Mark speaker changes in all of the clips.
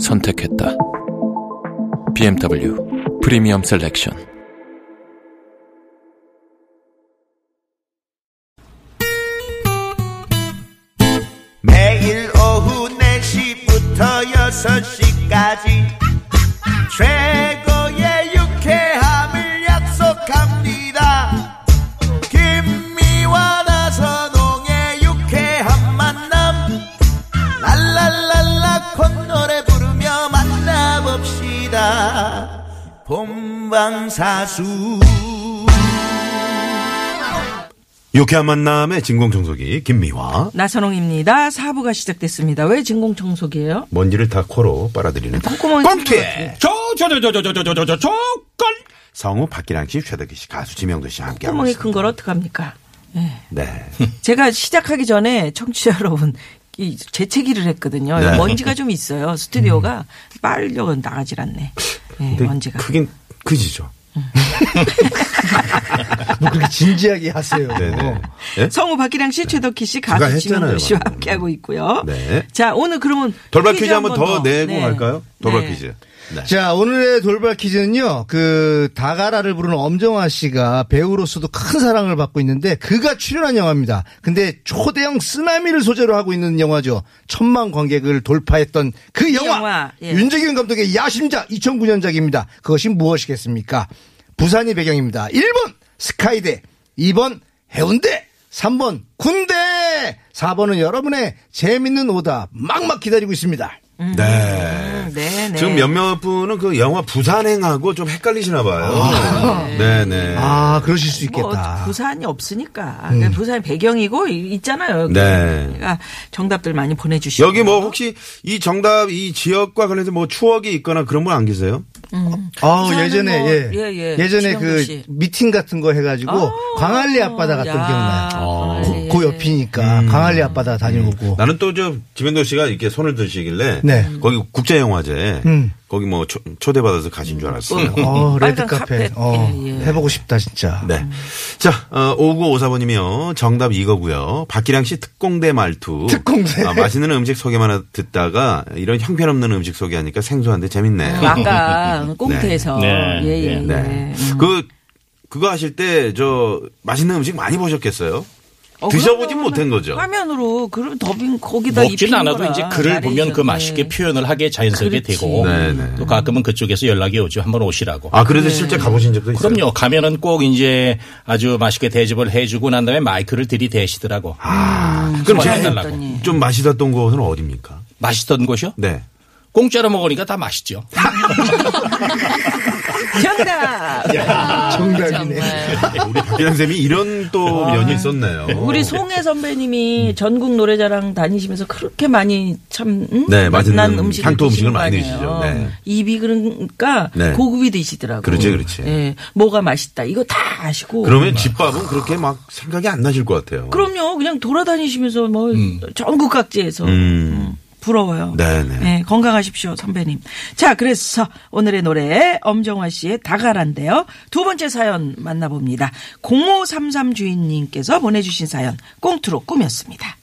Speaker 1: 선택했다. BMW 프리미엄 셀렉션.
Speaker 2: 매일 오후 4시부터 6시까지 최고의 유쾌함을 약속합니다 김미와 나선홍의 유쾌한 만남 랄랄랄라 콧노래 부르며 만나봅시다 본방사수
Speaker 3: 유쾌한 만남의 진공청소기 김미화
Speaker 4: 나선홍입니다. 사부가 시작됐습니다. 왜 진공청소기예요?
Speaker 3: 먼지를 다 코로 빨아들이는 네.
Speaker 4: 꼼꼼한
Speaker 3: 꼼캐
Speaker 5: 저저저저저저저저저 조건
Speaker 3: 성우 박기량 씨, 최덕기 씨, 가수 지명도 씨와 함께하고
Speaker 4: 콧구멍이
Speaker 3: 있습니다.
Speaker 4: 큰 걸 어떡합니까?
Speaker 3: 네.
Speaker 4: 제가 시작하기 전에 청취자 여러분 이 재채기를 했거든요.
Speaker 3: 네.
Speaker 4: 먼지가 좀 있어요. 스튜디오가 빨려 나가질 않네. 예,
Speaker 3: 근데 그
Speaker 4: 먼지가.
Speaker 3: 크긴 크지죠.
Speaker 6: 뭐 그렇게 진지하게 하세요.
Speaker 3: 네네. 네?
Speaker 4: 성우 박기량 씨, 최덕희 씨,
Speaker 3: 제가
Speaker 4: 가수
Speaker 3: 했잖아요,
Speaker 4: 지명도 씨와
Speaker 3: 방금.
Speaker 4: 함께하고 있고요.
Speaker 3: 네.
Speaker 4: 자, 오늘 그러면
Speaker 3: 돌발
Speaker 4: 퀴즈
Speaker 3: 퀴즈 한번
Speaker 4: 한번
Speaker 3: 더 내고
Speaker 4: 네.
Speaker 3: 갈까요? 돌발
Speaker 4: 네.
Speaker 3: 퀴즈. 네.
Speaker 6: 자, 오늘의 돌발 퀴즈는요, 그, 다가라를 부르는 엄정화 씨가 배우로서도 큰 사랑을 받고 있는데, 그가 출연한 영화입니다. 근데 초대형 쓰나미를 소재로 하고 있는 영화죠. 천만 관객을 돌파했던 그 영화!
Speaker 4: 영화, 예.
Speaker 6: 윤재균 감독의 야심작 2009년작입니다. 그것이 무엇이겠습니까? 부산이 배경입니다. 1번, 스카이대. 2번, 해운대. 3번, 군대! 4번은 여러분의 재밌는 오답 막막 기다리고 있습니다.
Speaker 3: 네.
Speaker 4: 음, 네, 네.
Speaker 3: 지금 몇몇 분은 그 영화 부산행하고 좀 헷갈리시나 봐요. 네네.
Speaker 6: 아, 그러실 수
Speaker 4: 뭐
Speaker 6: 있겠다.
Speaker 4: 부산이 없으니까 그냥 부산이 배경이고 이- 있잖아요.
Speaker 3: 음. 네.
Speaker 4: 그러니까 정답들 많이 보내주시고
Speaker 3: 여기 뭐 혹시 이 정답 이 지역과 관련해서 뭐 추억이 있거나 그런 분 안 계세요?
Speaker 6: 아,
Speaker 4: 부산은
Speaker 6: 예전에
Speaker 4: 뭐,
Speaker 6: 예.
Speaker 4: 예, 예.
Speaker 6: 예. 전에
Speaker 4: 신영복
Speaker 6: 그
Speaker 4: 씨. 아,
Speaker 6: 미팅 같은 거 해가지고 광안리 앞바다 갔던
Speaker 4: 야,
Speaker 6: 기억나요.
Speaker 4: 광안리.
Speaker 6: 그, 그 옆이니까 광안리 앞바다 다녀오고.
Speaker 3: 나는 또 저 지명도 씨가 이렇게 손을 드시길래
Speaker 6: 뭐. 네.
Speaker 3: 거기 국제영화제
Speaker 6: 음.
Speaker 3: 거기 뭐 초, 초대받아서 가신 줄 알았어요.
Speaker 6: 어, 레드
Speaker 4: 빨간
Speaker 6: 카페.
Speaker 4: 카펫.
Speaker 6: 어,
Speaker 4: 예, 예.
Speaker 6: 해보고 싶다 진짜.
Speaker 3: 네. 자, 어, 5954번이며 정답 이거고요. 박기량 씨 특공대 말투.
Speaker 6: 특공대.
Speaker 3: 아, 맛있는 음식 소개만 듣다가 이런 형편없는 음식 소개하니까 생소한데 재밌네요.
Speaker 4: 그 아까 꽁트에서
Speaker 5: 네.
Speaker 4: 예, 예,
Speaker 3: 네.
Speaker 4: 예.
Speaker 6: 음.
Speaker 3: 그 그거 하실 때 저 맛있는 음식 많이 보셨겠어요?
Speaker 4: 어,
Speaker 3: 드셔보진
Speaker 4: 그러면은
Speaker 3: 못한 거죠.
Speaker 4: 화면으로 그런 더빙 거기다
Speaker 5: 먹진
Speaker 4: 입힌
Speaker 5: 않아도
Speaker 4: 거라.
Speaker 5: 이제 글을 보면 그
Speaker 4: 나레이션.
Speaker 5: 맛있게
Speaker 4: 네.
Speaker 5: 표현을 하게 자연스럽게
Speaker 4: 그렇지.
Speaker 5: 되고
Speaker 3: 네, 네.
Speaker 5: 또 가끔은 그쪽에서 연락이 오죠 한번 오시라고.
Speaker 3: 아,
Speaker 6: 네.
Speaker 3: 그래서 실제 가보신 적도 있어요.
Speaker 5: 그럼요. 가면은 꼭 이제 아주 맛있게 대접을 해주고 난 다음에 마이크를 들이대시더라고.
Speaker 3: 아, 그럼
Speaker 5: 소리
Speaker 3: 제일
Speaker 5: 해달라고.
Speaker 3: 좀 맛있었던 곳은 어디입니까?
Speaker 5: 맛있던 곳이요?
Speaker 3: 네.
Speaker 5: 공짜로 먹으니까 다 맛있죠.
Speaker 4: 정답.
Speaker 6: 정답이네.
Speaker 3: 우리 박기량 쌤이 이런 또
Speaker 7: 아.
Speaker 3: 면이 어, 있었네요. 음.
Speaker 4: 우리 송혜 선배님이 전국 노래자랑 다니시면서 그렇게 많이 참 음?
Speaker 3: 네, 맛있는
Speaker 4: 맛난 음식을
Speaker 3: 향토 음식을
Speaker 4: 드시는 거
Speaker 3: 많이
Speaker 4: 아니에요.
Speaker 3: 드시죠. 네.
Speaker 4: 입이 그러니까
Speaker 3: 네.
Speaker 4: 고급이 드시더라고요.
Speaker 3: 그렇지, 그렇지.
Speaker 4: 예, 뭐가 맛있다 이거 다 아시고.
Speaker 3: 그러면 집밥은 그렇게 막 생각이 안 나실 것 같아요.
Speaker 4: 그럼요. 그냥 돌아다니시면서 뭐 전국 각지에서
Speaker 3: 음.
Speaker 4: 부러워요.
Speaker 3: 네네.
Speaker 4: 네, 건강하십시오, 선배님. 자, 그래서 오늘의 노래 엄정화 씨의 다가란데요. 두 번째 사연 만나봅니다. 0533 주인님께서 보내주신 사연 꽁트로 꾸몄습니다.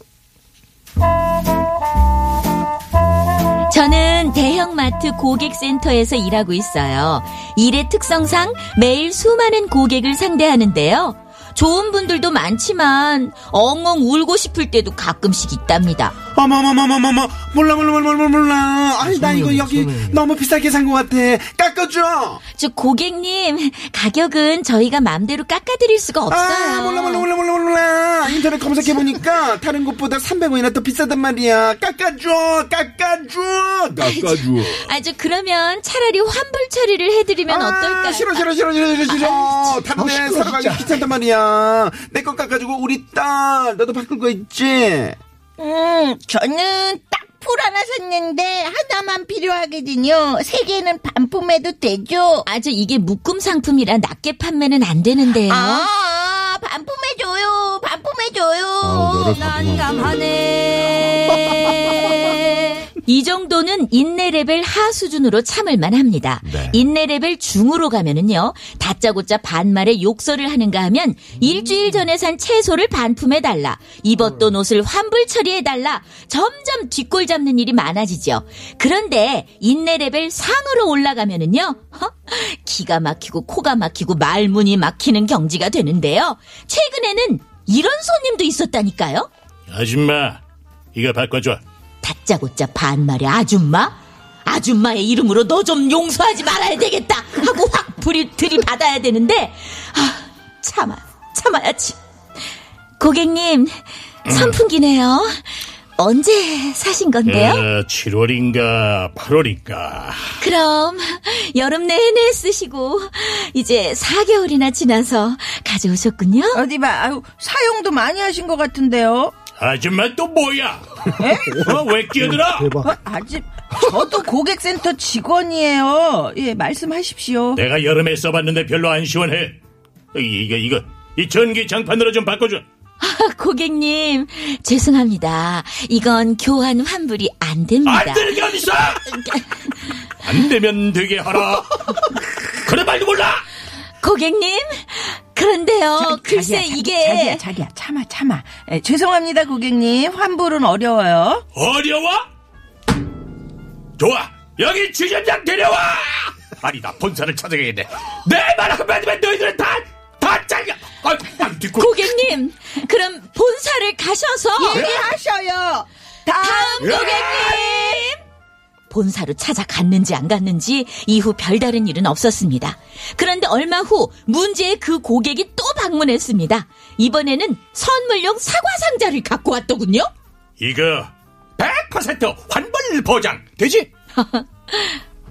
Speaker 7: 저는 대형마트 고객센터에서 일하고 있어요. 일의 특성상 매일 수많은 고객을 상대하는데요. 좋은 분들도 많지만 엉엉 울고 싶을 때도 가끔씩 있답니다.
Speaker 3: 어머머머머머머 몰라 몰라 몰라 몰라 몰라 아니 나 이거 여기 너무 비싸게 산 것 같아 깎아줘
Speaker 7: 저 고객님 가격은 저희가 맘대로 깎아드릴 수가 없어요.
Speaker 3: 아 몰라 몰라 몰라 몰라 몰라 인터넷 검색해 보니까 다른 곳보다 300원이나 더 비싸단 말이야 깎아줘 깎아줘 깎아줘
Speaker 7: 아저 그러면 차라리 환불 처리를 해드리면 어떨까요? 아,
Speaker 3: 아, 싫어 싫어 싫어 싫어 싫어 아, 싫어 다른데 사러 가기 귀찮단 말이야 내 거 깎아주고 우리 딸 너도 바꿀 거 있지
Speaker 4: 음, 저는 딱
Speaker 8: 폴 하나 샀는데 하나만 필요하거든요. 세 개는 반품해도 되죠?
Speaker 9: 아저 이게 묶음 상품이라 낮게 판매는 안 되는데요.
Speaker 8: 아, 반품해줘요.
Speaker 6: 아우,
Speaker 8: 반품해줘요.
Speaker 6: 너를 바보만.
Speaker 9: 난감하네. 이 정도는 인내 레벨 하 수준으로 참을만 합니다.
Speaker 6: 네.
Speaker 9: 인내 레벨 중으로 가면은요, 다짜고짜 반말에 욕설을 하는가 하면, 일주일 전에 산 채소를 반품해달라, 입었던 옷을 환불 처리해달라, 점점 뒷골 잡는 일이 많아지죠. 그런데, 인내 레벨 상으로 올라가면은요, 허, 기가 막히고 코가 막히고 말문이 막히는 경지가 되는데요. 최근에는 이런 손님도 있었다니까요?
Speaker 5: 아줌마, 이거 바꿔줘.
Speaker 9: 다짜고짜 반말의 아줌마? 아줌마의 이름으로 너 좀 용서하지 말아야 되겠다 하고 확 불이 들이받아야 되는데 아 참아 참아야지 고객님 선풍기네요 언제 사신 건데요?
Speaker 5: 네. 어, 7월인가 8월인가.
Speaker 9: 그럼 여름 내내 쓰시고 이제 4개월이나 지나서 가져오셨군요
Speaker 4: 어디 봐. 아유, 사용도 많이 하신 것 같은데요.
Speaker 5: 아줌마 또 뭐야? 어, 왜 끼어들어?
Speaker 4: 어, 아직 저도 고객센터 직원이에요. 예,
Speaker 9: 어,
Speaker 4: 말씀하십시오.
Speaker 5: 내가 여름에 써봤는데 별로 안 시원해. 이- 이거 이거 이 전기 장판으로 좀 바꿔줘.
Speaker 9: 아, 고객님 죄송합니다 이건 교환 환불이 안 됩니다
Speaker 5: 안 되는 게 어딨어? 안 되면 되게 하라. 그래 말도 몰라.
Speaker 9: 고객님 그런데요
Speaker 4: 자기,
Speaker 9: 글쎄
Speaker 4: 자기야,
Speaker 9: 이게
Speaker 4: 자기야, 자기야, 참아, 참아. 예, 죄송합니다, 고객님. 환불은 어려워요.
Speaker 5: 어려워? 좋아. 여기 주점장 데려와. 아니 나 본사를 찾아가야겠네. 내 말 한마디면 너희들은 다다 잘려. 아, 아, 뒷골.
Speaker 9: 고객님 그럼 본사를 가셔서
Speaker 4: 하셔요. 예.
Speaker 9: 다음 고객님 본사로 찾아갔는지 안 갔는지 이후 별다른 일은 없었습니다. 그런데 얼마 후 문제의 그 고객이 또 방문했습니다. 이번에는 선물용 사과 상자를 갖고 왔더군요.
Speaker 5: 이거 100% 환불 보장 되지?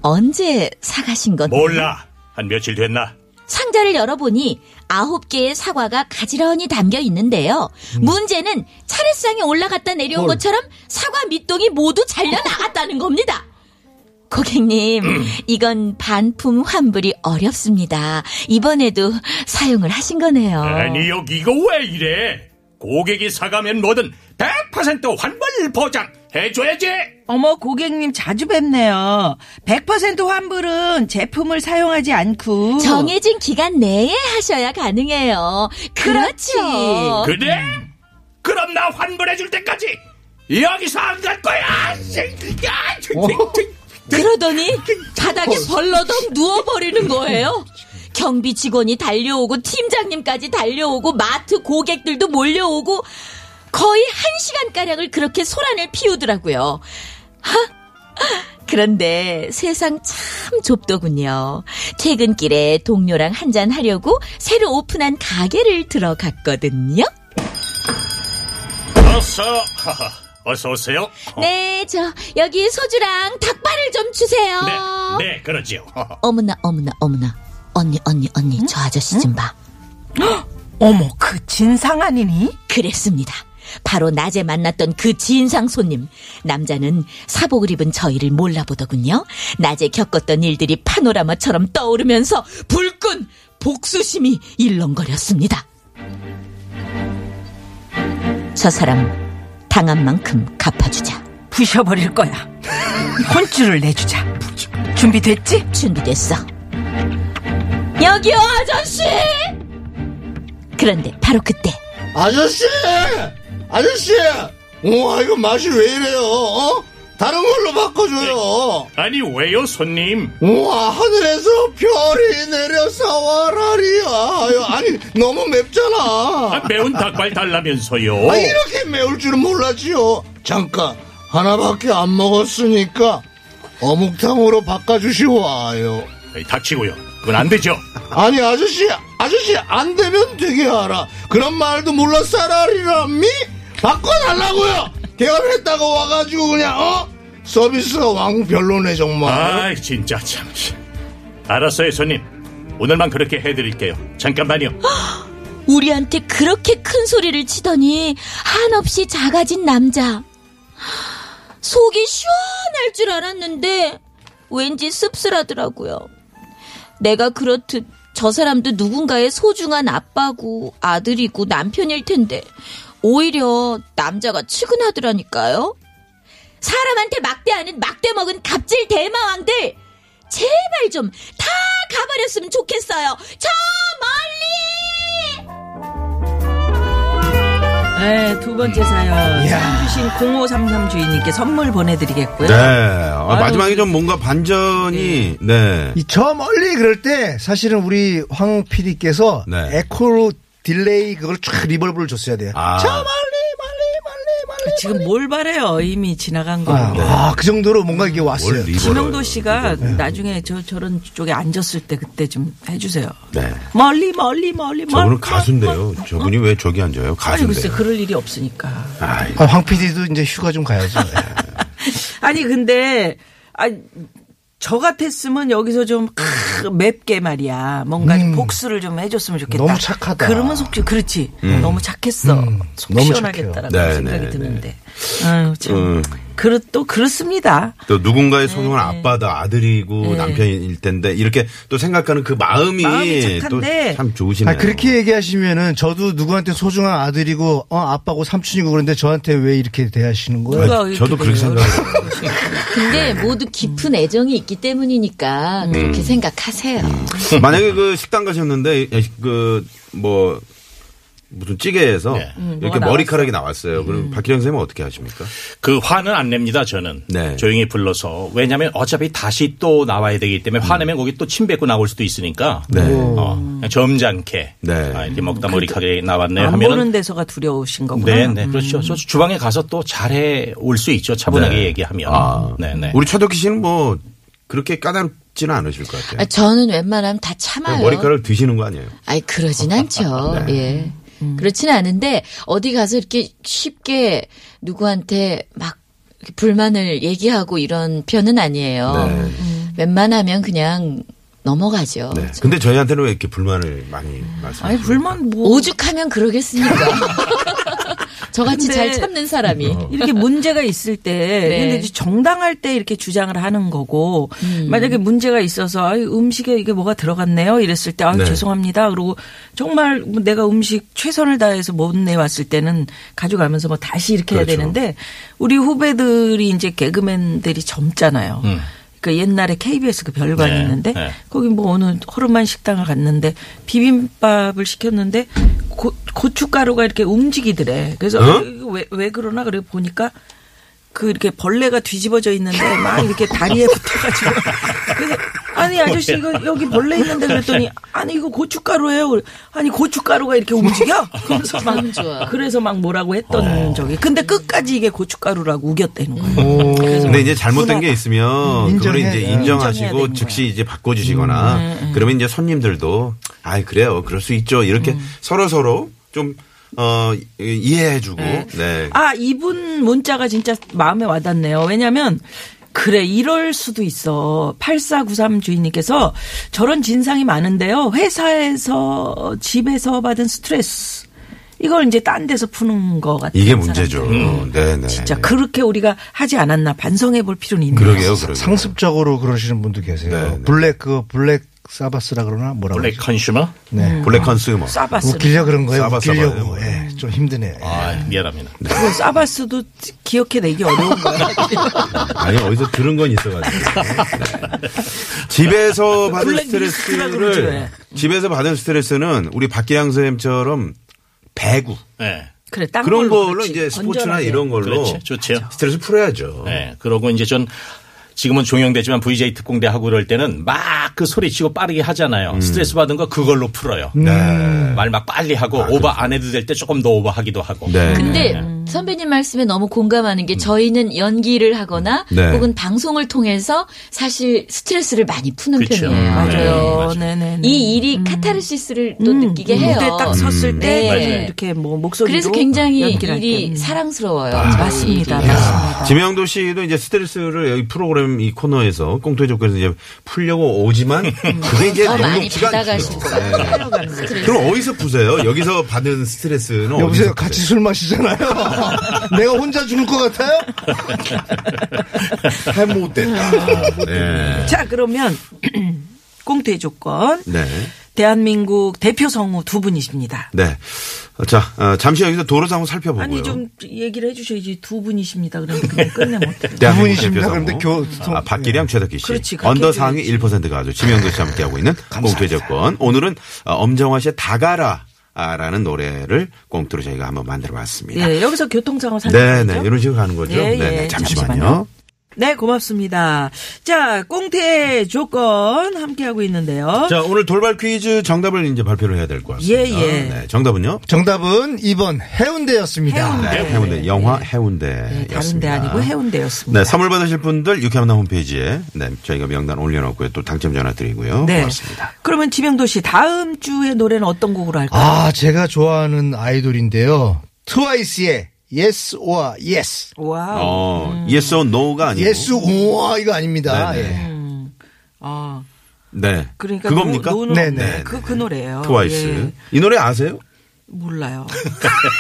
Speaker 9: 언제 사가신 건데?
Speaker 5: 몰라. 한 며칠 됐나?
Speaker 9: 상자를 열어보니 아홉 개의 사과가 가지런히 담겨 있는데요. 문제는 차례상에 올라갔다 내려온 것처럼 사과 밑동이 모두 잘려 나갔다는 겁니다. 고객님, 이건 반품 환불이 어렵습니다. 이번에도 사용을 하신 거네요.
Speaker 5: 아니 여기 이거 왜 이래? 고객이 사가면 뭐든 100% 환불 보장 해줘야지.
Speaker 4: 어머, 고객님 자주 뵙네요. 100% 환불은 제품을 사용하지 않고.
Speaker 9: 정해진 기간 내에 하셔야 가능해요. 그렇지. 그렇죠. 어?
Speaker 5: 그 그래? 그럼 나 환불해줄 때까지 여기서 안 갈 거야.
Speaker 9: 그러더니 바닥에 벌러덩 누워버리는 거예요. 경비 직원이 달려오고 팀장님까지 달려오고 마트 고객들도 몰려오고 거의 한 시간 가량을 그렇게 소란을 피우더라고요. 하, 그런데 세상 참 좁더군요. 퇴근길에 동료랑 한잔 하려고 새로 오픈한 가게를 들어갔거든요.
Speaker 5: 어서 하하, 어서 오세요. 어,
Speaker 9: 네, 저 여기 소주랑 닭발을 좀 주세요.
Speaker 5: 네,
Speaker 9: 어.
Speaker 5: 네, 그러지요.
Speaker 9: 어머나 어머나 어머나 언니 언니 언니 저 아저씨 좀 봐.
Speaker 4: 어머, 그 진상 아니니?
Speaker 9: 그랬습니다. 바로 낮에 만났던 그 진상 손님. 남자는 사복을 입은 저희를 몰라보더군요. 낮에 겪었던 일들이 파노라마처럼 떠오르면서 불끈 복수심이 일렁거렸습니다. 저 사람 당한 만큼 갚아주자.
Speaker 4: 부셔버릴 거야. 혼쭐을 내주자. 준비됐지?
Speaker 9: 준비됐어. 여기요, 아저씨! 그런데 바로 그때
Speaker 6: 아저씨! 아저씨! 오, 이거 맛이 왜 이래요? 어? 다른 걸로 바꿔줘요.
Speaker 5: 아니 왜요, 손님?
Speaker 6: 우와, 하늘에서 별이 내려 사와라리야. 아유, 아니, 너무 맵잖아.
Speaker 5: 아, 매운 닭발 달라면서요.
Speaker 6: 아, 이렇게 매울 줄은 몰랐지요. 잠깐, 하나밖에 안 먹었으니까 어묵탕으로 바꿔주시와요.
Speaker 5: 에이, 닥치고요. 그건 안 되죠.
Speaker 6: 아니, 아저씨, 아저씨, 안 되면 되게 하라. 그런 말도 몰랐사라리라미? 바꿔달라고요! 대화를 했다가 와가지고 그냥, 어? 서비스가 왕별로네, 정말.
Speaker 5: 아, 진짜 참. 알았어요, 손님. 오늘만 그렇게 해드릴게요. 잠깐만요.
Speaker 9: 우리한테 그렇게 큰 소리를 치더니 한없이 작아진 남자. 속이 시원할 줄 알았는데 왠지 씁쓸하더라고요. 내가 그렇듯 저 사람도 누군가의 소중한 아빠고 아들이고 남편일 텐데 오히려 남자가 측은하더라니까요. 사람한테 막대하는 막대먹은 갑질 대마왕들 제발 좀 다 가버렸으면 좋겠어요. 저 멀리!
Speaker 4: 네, 두 번째 사연.
Speaker 6: 이야.
Speaker 4: 사연 주신 0533 주인님께 선물 보내드리겠고요.
Speaker 3: 네. 아,
Speaker 4: 아유.
Speaker 3: 마지막에 좀 뭔가 반전이, 네.
Speaker 6: 이 저 멀리 그럴 때 사실은 우리 황 PD께서
Speaker 3: 네.
Speaker 6: 에코로 딜레이 그걸 쫙 리버브를 줬어야 돼요.
Speaker 3: 아.
Speaker 6: 저 멀리 멀리 멀리 멀리.
Speaker 4: 지금 뭘 바래요? 이미 지나간
Speaker 6: 아,
Speaker 3: 뭐.
Speaker 4: 거.
Speaker 6: 아, 그 정도로 뭔가 이게 왔어요.
Speaker 3: 네. 뭘 리버를.
Speaker 4: 김영도 씨가
Speaker 3: 네.
Speaker 4: 나중에 저 저런 쪽에 앉았을 때 그때 좀 해주세요.
Speaker 3: 네.
Speaker 4: 멀리 멀리 멀리 멀리.
Speaker 3: 저분은 가수인데요. 저분이 왜 저기 앉아요?
Speaker 4: 뭐, 아니
Speaker 3: 가수인데.
Speaker 4: 글쎄 그럴 일이 없으니까.
Speaker 3: 아,
Speaker 6: 아, 황 PD도 이제 휴가 좀 가야죠. 예.
Speaker 4: 아니 근데 아, 아저 같았으면 여기서 좀 크, 맵게 말이야 뭔가 좀 복수를 좀 해줬으면 좋겠다.
Speaker 6: 음. 너무 착하다. 음.
Speaker 4: 그러면 속시 그렇지. 너무 착했어. 속
Speaker 6: 너무
Speaker 3: 착해요. 음.
Speaker 4: 시원하겠다라는
Speaker 3: 네,
Speaker 4: 생각이
Speaker 3: 네,
Speaker 4: 드는데. 아유 참.
Speaker 3: 음.
Speaker 4: 그렇 또 그렇습니다.
Speaker 3: 또
Speaker 4: 네.
Speaker 3: 누군가의 소중한 아빠다 아들이고 남편일 텐데 이렇게 또 생각하는 그 마음이,
Speaker 4: 마음이 착한데.
Speaker 3: 또 참 좋으시네요.
Speaker 6: 아, 그렇게 얘기하시면은 저도 누구한테 소중한 아들이고 어, 아빠고 삼촌이고 그런데 저한테 왜 이렇게 대하시는 거예요?
Speaker 4: 누가
Speaker 3: 아니, 저도
Speaker 4: 이렇게
Speaker 3: 그렇게
Speaker 4: 그래요?
Speaker 3: 생각해요. 네.
Speaker 9: 근데 모두 깊은 애정이 있기
Speaker 3: 음.
Speaker 9: 때문이니까 그렇게 생각하세요.
Speaker 3: 만약에 그 식당 가셨는데 그 뭐 무슨 찌개에서 이렇게
Speaker 4: 음, 뭐가 음.
Speaker 3: 머리카락이 나왔어요. 그럼 박기량 선생님은 어떻게 하십니까?
Speaker 5: 그 화는 안 냅니다 저는
Speaker 3: 네.
Speaker 5: 조용히 불러서 왜냐하면 어차피 다시 또 나와야 되기 때문에
Speaker 3: 음.
Speaker 5: 화내면 거기 또 침 뱉고 나올 수도 있으니까
Speaker 4: 네. 뭐.
Speaker 5: 어, 그냥 점잖게
Speaker 3: 네.
Speaker 5: 아, 이렇게 먹다 머리카락이 나왔네
Speaker 4: 그 안
Speaker 5: 하면은
Speaker 4: 보는 데서가 두려우신 거구나. 음.
Speaker 5: 네, 네, 그렇죠. 저 주방에 가서 또 잘해 올 수 있죠. 차분하게
Speaker 3: 네.
Speaker 5: 얘기하면.
Speaker 3: 아.
Speaker 5: 네, 네.
Speaker 3: 우리 최덕희 씨는 뭐 그렇게 까다롭지는 않으실 것
Speaker 9: 아,
Speaker 3: 같아요.
Speaker 9: 저는 웬만하면 다
Speaker 3: 그냥
Speaker 9: 참아요.
Speaker 3: 네, 머리카락을 네. 드시는 거 아니에요?
Speaker 9: 아니 그러진 않죠. 예.
Speaker 3: 음.
Speaker 9: 그렇진 않은데 어디 가서 이렇게 쉽게 누구한테 막 이렇게 불만을 얘기하고 이런 편은 아니에요.
Speaker 3: 네.
Speaker 9: 음. 웬만하면 그냥 넘어가죠.
Speaker 3: 네. 근데 저희한테는 왜 이렇게 불만을 많이
Speaker 4: 그렇죠. 아니
Speaker 3: 말씀하시는
Speaker 4: 불만 뭐
Speaker 9: 오죽하면 그러겠습니까? 저같이
Speaker 4: 근데-
Speaker 9: 잘 참는 사람이.
Speaker 3: 어.
Speaker 4: 이렇게 문제가 있을 때
Speaker 3: 네.
Speaker 4: 근데 이제 정당할 때 이렇게 주장을 하는 거고
Speaker 3: 음.
Speaker 4: 만약에 문제가 있어서 아이, 음식에 이게 뭐가 들어갔네요 이랬을 때 아유
Speaker 3: 네.
Speaker 4: 죄송합니다 그리고 정말 뭐 내가 음식 최선을 다해서 못 내왔을 때는 가져가면서 뭐 다시 이렇게 해야
Speaker 3: 그렇죠.
Speaker 4: 되는데 우리 후배들이 이제 개그맨들이 젊잖아요.
Speaker 3: 음.
Speaker 4: 그러니까 옛날에 KBS 그 별관
Speaker 5: 네,
Speaker 4: 있는데
Speaker 5: 네.
Speaker 4: 거기 뭐 어느 허름한 식당을 갔는데 비빔밥을 시켰는데 고, 고춧가루가 이렇게 움직이더래. 그래서
Speaker 3: 어?
Speaker 4: 이거 왜, 왜 그러나 그래 보니까 그 이렇게 벌레가 뒤집어져 있는데 막 이렇게 다리에 붙어가지고 그래서 아니 아저씨 이거 여기 벌레 있는데 그랬더니 아니 이거 고춧가루예요. 그래. 아니 고춧가루가 이렇게 움직여? 그래서 막
Speaker 9: 기분 좋아.
Speaker 4: 그래서 막 뭐라고 했던
Speaker 3: 어.
Speaker 4: 적이. 근데 끝까지 이게 고춧가루라고 우겼다는 거예요.
Speaker 3: 근데 이제 잘못된 게 있으면 그걸
Speaker 6: 인정해야
Speaker 3: 이제
Speaker 6: 돼요.
Speaker 4: 음, 인정해야
Speaker 3: 인정하시고
Speaker 4: 되는 음,
Speaker 3: 즉시 이제 바꿔주시거나 그러면 이제 손님들도 아 그래요 그럴 수 있죠 이렇게
Speaker 4: 음.
Speaker 3: 서로 서로 좀 어, 이해해주고 네.
Speaker 4: 아, 이분 문자가 진짜 마음에 와닿네요. 왜냐면, 그래, 이럴 수도 있어. 8493 주인님께서 저런 진상이 많은데요. 회사에서, 집에서 받은 스트레스. 이걸 이제 딴 데서 푸는 것 같아요.
Speaker 3: 이게
Speaker 4: 사람들.
Speaker 3: 문제죠. 네네.
Speaker 4: 음. 진짜 그렇게 우리가 하지 않았나 반성해 볼 필요는 있네요.
Speaker 3: 그러게요, 그러게요.
Speaker 6: 상습적으로 그러시는 분도 계세요.
Speaker 3: 네, 네.
Speaker 6: 블랙 그 블랙 사바스라 그러나 뭐라고?
Speaker 5: 블랙
Speaker 6: 그러죠?
Speaker 5: 컨슈머?
Speaker 4: 음.
Speaker 6: 네.
Speaker 3: 블랙 컨스머.
Speaker 4: 싸바스.
Speaker 6: 웃기려 그런 거예요.
Speaker 3: 사바사바.
Speaker 6: 웃기려고. 예,
Speaker 3: 음.
Speaker 6: 좀 힘드네.
Speaker 5: 아, 미안합니다.
Speaker 3: 네.
Speaker 4: 그거 싸바스도 기억해내기 어려운 거야.
Speaker 3: 아니 어디서 들은 건 있어가지고 네. 집에서 받은
Speaker 4: 블랙 리스트라 그러죠, 예.
Speaker 3: 스트레스를
Speaker 4: 왜.
Speaker 3: 집에서 받은 스트레스는 우리 박기양 선생님처럼 배구
Speaker 5: 네.
Speaker 4: 그래, 딴
Speaker 3: 그런
Speaker 4: 걸로
Speaker 3: 걸로
Speaker 4: 그렇지.
Speaker 3: 이제 스포츠나
Speaker 4: 건전하게.
Speaker 3: 이런 걸로
Speaker 5: 그렇지. 그렇죠. 좋지요.
Speaker 3: 스트레스 풀어야죠.
Speaker 5: 네. 그러고 이제 전 지금은 종영되지만 VJ 특공대 하고 그럴 때는 막 그 소리치고 빠르게 하잖아요. 스트레스 받은 거 그걸로 풀어요. 말 막 빨리 하고 오버 안 해도 될 때 조금 더 오버 하기도 하고. 예.
Speaker 3: 네.
Speaker 9: 근데 선배님 말씀에 너무 공감하는 게 저희는 연기를 하거나
Speaker 3: 네.
Speaker 9: 혹은 방송을 통해서 사실 스트레스를 많이 푸는
Speaker 5: 그렇죠.
Speaker 9: 편이에요.
Speaker 4: 맞아요.
Speaker 5: 네, 맞아요.
Speaker 4: 네네.
Speaker 9: 이 일이 카타르시스를 또 느끼게 해요.
Speaker 4: 음. 무대 딱 섰을 때
Speaker 9: 네.
Speaker 4: 좀 이렇게 뭐 목소리로
Speaker 9: 그래서 굉장히
Speaker 4: 연기를 할
Speaker 9: 일이
Speaker 4: 때. 음.
Speaker 9: 사랑스러워요.
Speaker 3: 아,
Speaker 4: 맞습니다. 맞습니다.
Speaker 3: 지명도 씨도 이제 스트레스를 여기 프로그램 이 코너에서 꽁투의 조건에서 이제 풀려고 오지만 그게 이제
Speaker 9: 더 많이
Speaker 3: 녹록지가
Speaker 9: 받아가실
Speaker 3: 않죠.
Speaker 9: 것 같아요.
Speaker 3: 그럼 여기서 푸세요. 여기서 받는 스트레스는
Speaker 6: 예. 여보세요,
Speaker 3: 어디서
Speaker 6: 같이
Speaker 3: 푸세요?
Speaker 6: 술 마시잖아요. 내가 혼자 죽을 것 같아요? 잘못됐다.
Speaker 3: 네.
Speaker 4: 자, 그러면 꽁트의 조건.
Speaker 3: 네.
Speaker 4: 대한민국 대표 성우 두 분이십니다.
Speaker 3: 네. 어, 자, 어, 잠시 여기서 도로 상황 살펴보고요.
Speaker 4: 아니 좀 얘기를 해주셔야지 두 분이십니다. 그런데 그걸 끝내 못해.
Speaker 3: 대한민국
Speaker 6: 이분이십니다.
Speaker 3: 대표
Speaker 6: 그런데
Speaker 3: 상무.
Speaker 6: 교통- 예.
Speaker 3: 아, 박기량 최덕기 씨.
Speaker 4: 그렇지, 그렇게
Speaker 3: 언더
Speaker 4: 해줘야지.
Speaker 3: 상위 1%가 아주 지명도 씨 함께 하고 있는 공투의 조건. 오늘은 어, 엄정화 씨의 다가라. 라는 노래를 꽁트로 저희가 한번 만들어 봤습니다.
Speaker 4: 예, 여기서 교통 상황
Speaker 3: 네, 네.
Speaker 4: 살펴보죠.
Speaker 3: 이런 식으로 가는 거죠.
Speaker 4: 예, 예,
Speaker 3: 네, 네.
Speaker 4: 잠시만요.
Speaker 3: 잠시만요.
Speaker 4: 네, 고맙습니다. 자, 꽁태 조건 함께하고 있는데요.
Speaker 3: 자, 오늘 돌발 퀴즈 정답을 이제 발표를 해야 될 것 같습니다.
Speaker 4: 예, 예.
Speaker 3: 네, 정답은
Speaker 6: 정답은 2번 해운대였습니다.
Speaker 4: 해운대.
Speaker 3: 네, 해운대. 영화 해운대.
Speaker 4: 네, 다른 데 아니고 해운대였습니다.
Speaker 3: 네, 선물 받으실 분들 유쾌함나 홈페이지에 네, 저희가 명단 올려놓고요. 또 당첨 전화 드리고요.
Speaker 4: 네.
Speaker 3: 고맙습니다.
Speaker 4: 그러면 지명도 씨 다음 주의 노래는 어떤 곡으로 할까요?
Speaker 6: 아, 제가 좋아하는 아이돌인데요. 트와이스의 Yes or Yes.
Speaker 4: 와, 우
Speaker 3: 어, yes or no가 아니고.
Speaker 6: Yes or 이거 아닙니다.
Speaker 3: 네네.
Speaker 6: 예.
Speaker 4: 아,
Speaker 3: 네.
Speaker 4: 그러니까
Speaker 3: 그겁니까?
Speaker 4: 노, 노는
Speaker 6: 네, 네.
Speaker 4: 그, 그 노래예요.
Speaker 3: 트와이스.
Speaker 4: 예,
Speaker 3: 이 노래 아세요?
Speaker 4: 몰라요.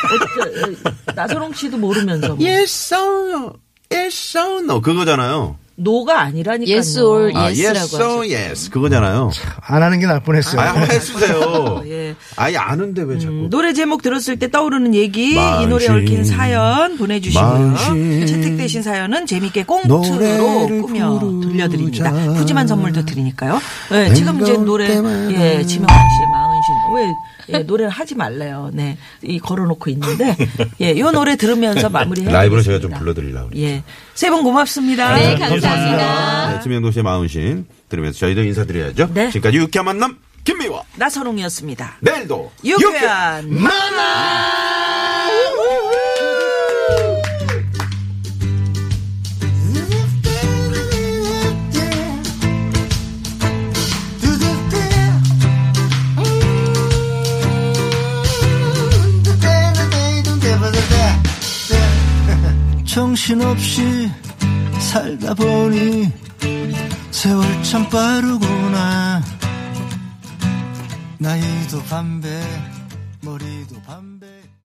Speaker 4: 어떻게, 나선홍 씨도 모르면서 뭐.
Speaker 3: Yes or yes or no 그거잖아요.
Speaker 4: 노가 아니라니까요.
Speaker 9: Yes or
Speaker 3: 아,
Speaker 9: yes라고
Speaker 3: yes
Speaker 9: 하죠.
Speaker 3: or yes
Speaker 4: 음,
Speaker 3: 그거잖아요.
Speaker 6: 안 하는 게 나을 뻔했어요.
Speaker 3: 아, 한번 해주세요.
Speaker 4: 예.
Speaker 3: 아예 아는데 왜 자꾸?
Speaker 4: 음, 노래 제목 들었을 때 떠오르는 얘기, 이
Speaker 3: 마신,
Speaker 4: 노래 얽힌 사연 보내주시고요.
Speaker 3: 마신
Speaker 4: 채택되신 사연은 재밌게 꽁트로
Speaker 3: 노래를
Speaker 4: 꾸며
Speaker 3: 부르자.
Speaker 4: 들려드립니다. 푸짐한 선물도 드리니까요. 예, 지금 이제 노래, 예, 지명훈 씨의 마흔신. 왜, 예, 노래를 하지 말래요. 네. 이 걸어놓고 있는데, 예, 요 노래 들으면서 마무리 해요.
Speaker 3: 라이브로 제가 좀 불러드리려고. 그래요.
Speaker 4: 예. 세 분 고맙습니다.
Speaker 9: 네, 감사합니다.
Speaker 3: 네, 지명도 씨의 마흔신 들으면서 저희도 인사드려야죠.
Speaker 4: 네.
Speaker 3: 지금까지 유쾌한 만남 김미화.
Speaker 4: 나선홍이었습니다.
Speaker 3: 내일도
Speaker 4: 유쾌한
Speaker 2: 정신없이 살다 보니 세월 참 빠르구나 나이도 반배 머리도 반배